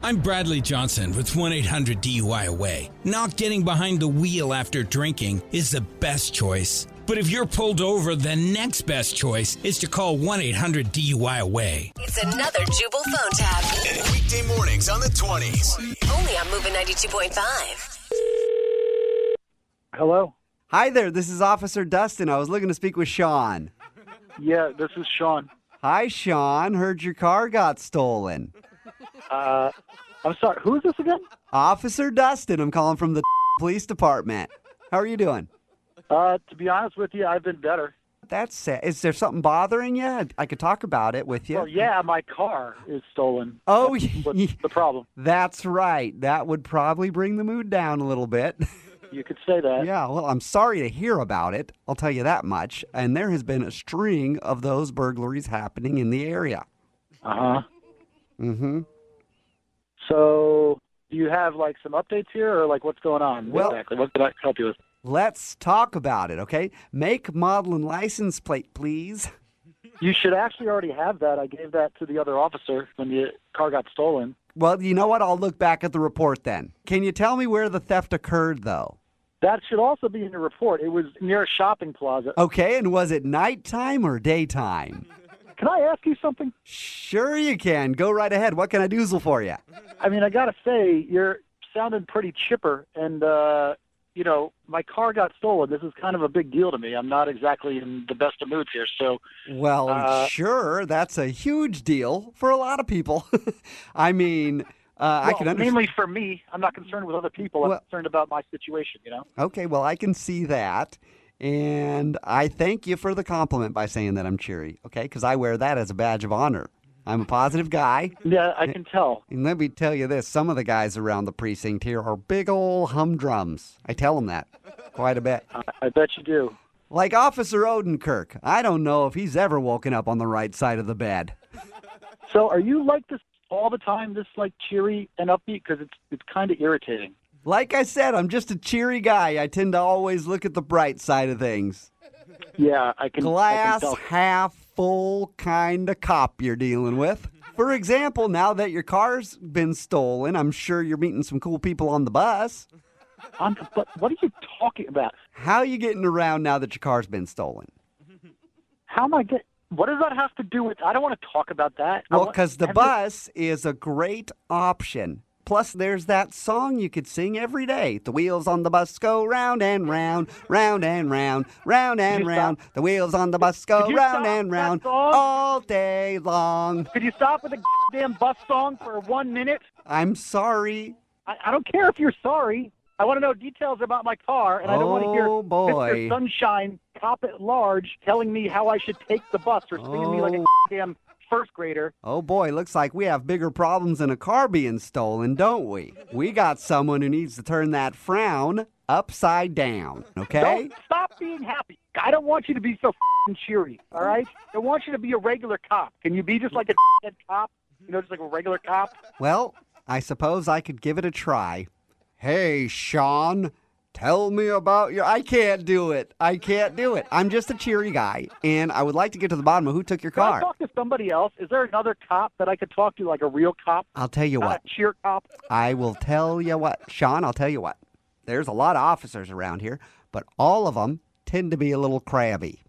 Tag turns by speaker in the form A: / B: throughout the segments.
A: I'm Bradley Johnson with 1 800 DUI Away. Not getting behind the wheel after drinking is the best choice. But if you're pulled over, the next best choice is to call 1 800 DUI Away.
B: It's another Jubal phone tab.
C: Weekday mornings on the 20s.
B: Only on Moving 92.5.
D: Hello.
E: Hi there, this is Officer Dustin. I was looking to speak with Sean.
D: Yeah, this is Sean.
E: Hi, Sean. Heard your car got stolen.
D: Uh, I'm sorry. Who is this again?
E: Officer Dustin, I'm calling from the police department. How are you doing?
D: Uh, to be honest with you, I've been better.
E: That's sad. Is there something bothering you? I- I could talk about it with you.
D: Well, yeah, my car is stolen.
E: Oh,
D: What's the problem?
E: that's right. That would probably bring the mood down a little bit.
D: You could say that.
E: yeah, well, I'm sorry to hear about it. I'll tell you that much. And there has been a string of those burglaries happening in the area.
D: Uh huh.
E: Mm-hmm.
D: So, do you have like some updates here, or like what's going on
E: Well-
D: exactly? What can I help you with?
E: Let's talk about it, okay? Make, model, and license plate, please.
D: You should actually already have that. I gave that to the other officer when the car got stolen.
E: Well, you know what? I'll look back at the report then. Can you tell me where the theft occurred, though?
D: That should also be in the report. It was near a shopping plaza.
E: Okay, and was it nighttime or daytime?
D: Can I ask you something?
E: Sure, you can. Go right ahead. What can I doozle for you?
D: I mean, I gotta say, you're sounding pretty chipper, and uh, you know, my car got stolen. This is kind of a big deal to me. I'm not exactly in the best of moods here, so
E: Well,
D: Uh,
E: sure. That's a huge deal for a lot of people. I mean, uh, I
D: well,
E: can understand.
D: mainly for me, I'm not concerned with other people. I'm
E: Well-
D: concerned about my situation. You know,
E: Okay, well, I can see that. And I thank you for the compliment by saying that I'm cheery, okay? Because I wear that as a badge of honor. I'm a positive guy.
D: yeah, I can tell.
E: And let me tell you this some of the guys around the precinct here are big ol' humdrums. I tell them that quite a bit.
D: I, I bet you do.
E: Like Officer Odenkirk, I don't know if he's ever woken up on the right side of the bed.
D: So, are you like this all the time? This like cheery and upbeat because it's it's kind of irritating.
E: Like I said, I'm just a cheery guy. I tend to always look at the bright side of things.
D: Yeah, I can. I can
E: glass
D: tell.
E: half full kind of cop you're dealing with. For example, now that your car's been stolen, I'm sure you're meeting some cool people on the bus.
D: I'm, but what are you talking about?
E: How you getting around now that your car's been stolen?
D: How am I get? What does that have to do with? I don't want to talk about that. I
E: Well,
D: want-
E: because the
D: have you-
E: bus is a great option. Plus, there's that song you could sing every day. The wheels on the bus go round and round, round and round, round and
D: you
E: round. The wheels on the bus go
D: you
E: round
D: stop
E: and
D: that
E: round
D: song?
E: all day long.
D: Could you stop with the damn bus song for one minute?
E: I'm sorry,
D: I, I don't care if you're sorry. I want to know details about my car, and I don't want to hear
E: Oh, boy.
D: Mr. Sunshine, cop at large, telling me how I should take the bus or singing me like a
E: Oh.
D: damn first grader.
E: Oh boy, looks like we have bigger problems than a car being stolen, don't we? We got someone who needs to turn that frown upside down, okay?
D: Don't stop being happy. I don't want you to be so fing cheery, all right? I want you to be a regular cop. Can you be just like a head cop? You know, just like a regular cop?
E: Well, I suppose I could give it a try. Hey, Sean, tell me about your. I can't do it. I can't do it. I'm just a cheery guy, and I would like to get to the bottom of who took your
D: Can I
E: car.
D: talk to somebody else? Is there another cop that I could talk to, like a real cop,
E: I'll tell you
D: not
E: what.
D: a cheer cop?
E: I will tell you what, Sean, I'll tell you what. There's a lot of officers around here, but all of them tend to be a little crabby.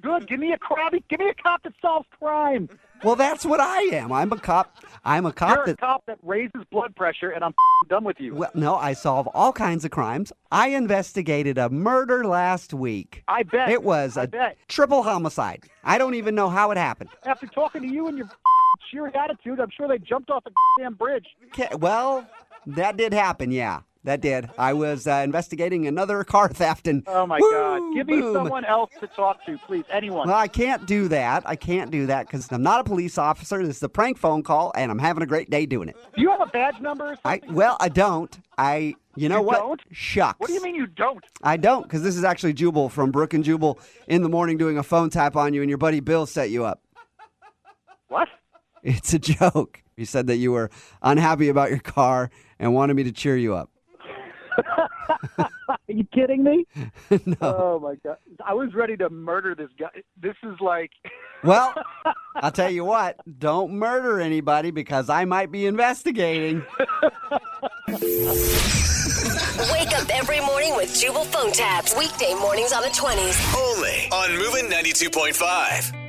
D: Good. Give me a crabby. Give me a cop that solves crime.
E: Well, that's what I am. I'm a cop. I'm a
D: You're
E: cop
D: a
E: that.
D: cop that raises blood pressure, and I'm done with you.
E: Well, no, I solve all kinds of crimes. I investigated a murder last week.
D: I bet
E: It was
D: I
E: a
D: bet.
E: triple homicide. I don't even know how it happened.
D: After talking to you and your cheery attitude, I'm sure they jumped off a damn bridge.
E: Okay, well, that did happen. Yeah, that did. I was uh, investigating another car theft and.
D: Oh my
E: Woo,
D: God! Give me
E: boom.
D: someone else to talk to, please. Anyone?
E: Well, I can't do that. I can't do that because I'm not a police officer. This is a prank phone call, and I'm having a great day doing it.
D: Do you have a badge number? Or
E: I
D: something?
E: well, I don't. I you know
D: You
E: what?
D: don't?
E: Shucks.
D: What do you mean you don't?
E: I don't, because this is actually Jubal from Brook and Jubal in the morning doing a phone tap on you, and your buddy Bill set you up.
D: What?
E: It's a joke. You said that you were unhappy about your car and wanted me to cheer you up.
D: Are you kidding me?
E: no.
D: Oh my god! I was ready to murder this guy. This is like,
E: Well, I'll tell you what, don't murder anybody because I might be investigating.
B: Wake up every morning with Jubal phone tabs. Weekday mornings on the 20s.
C: Only on Moving 92.5.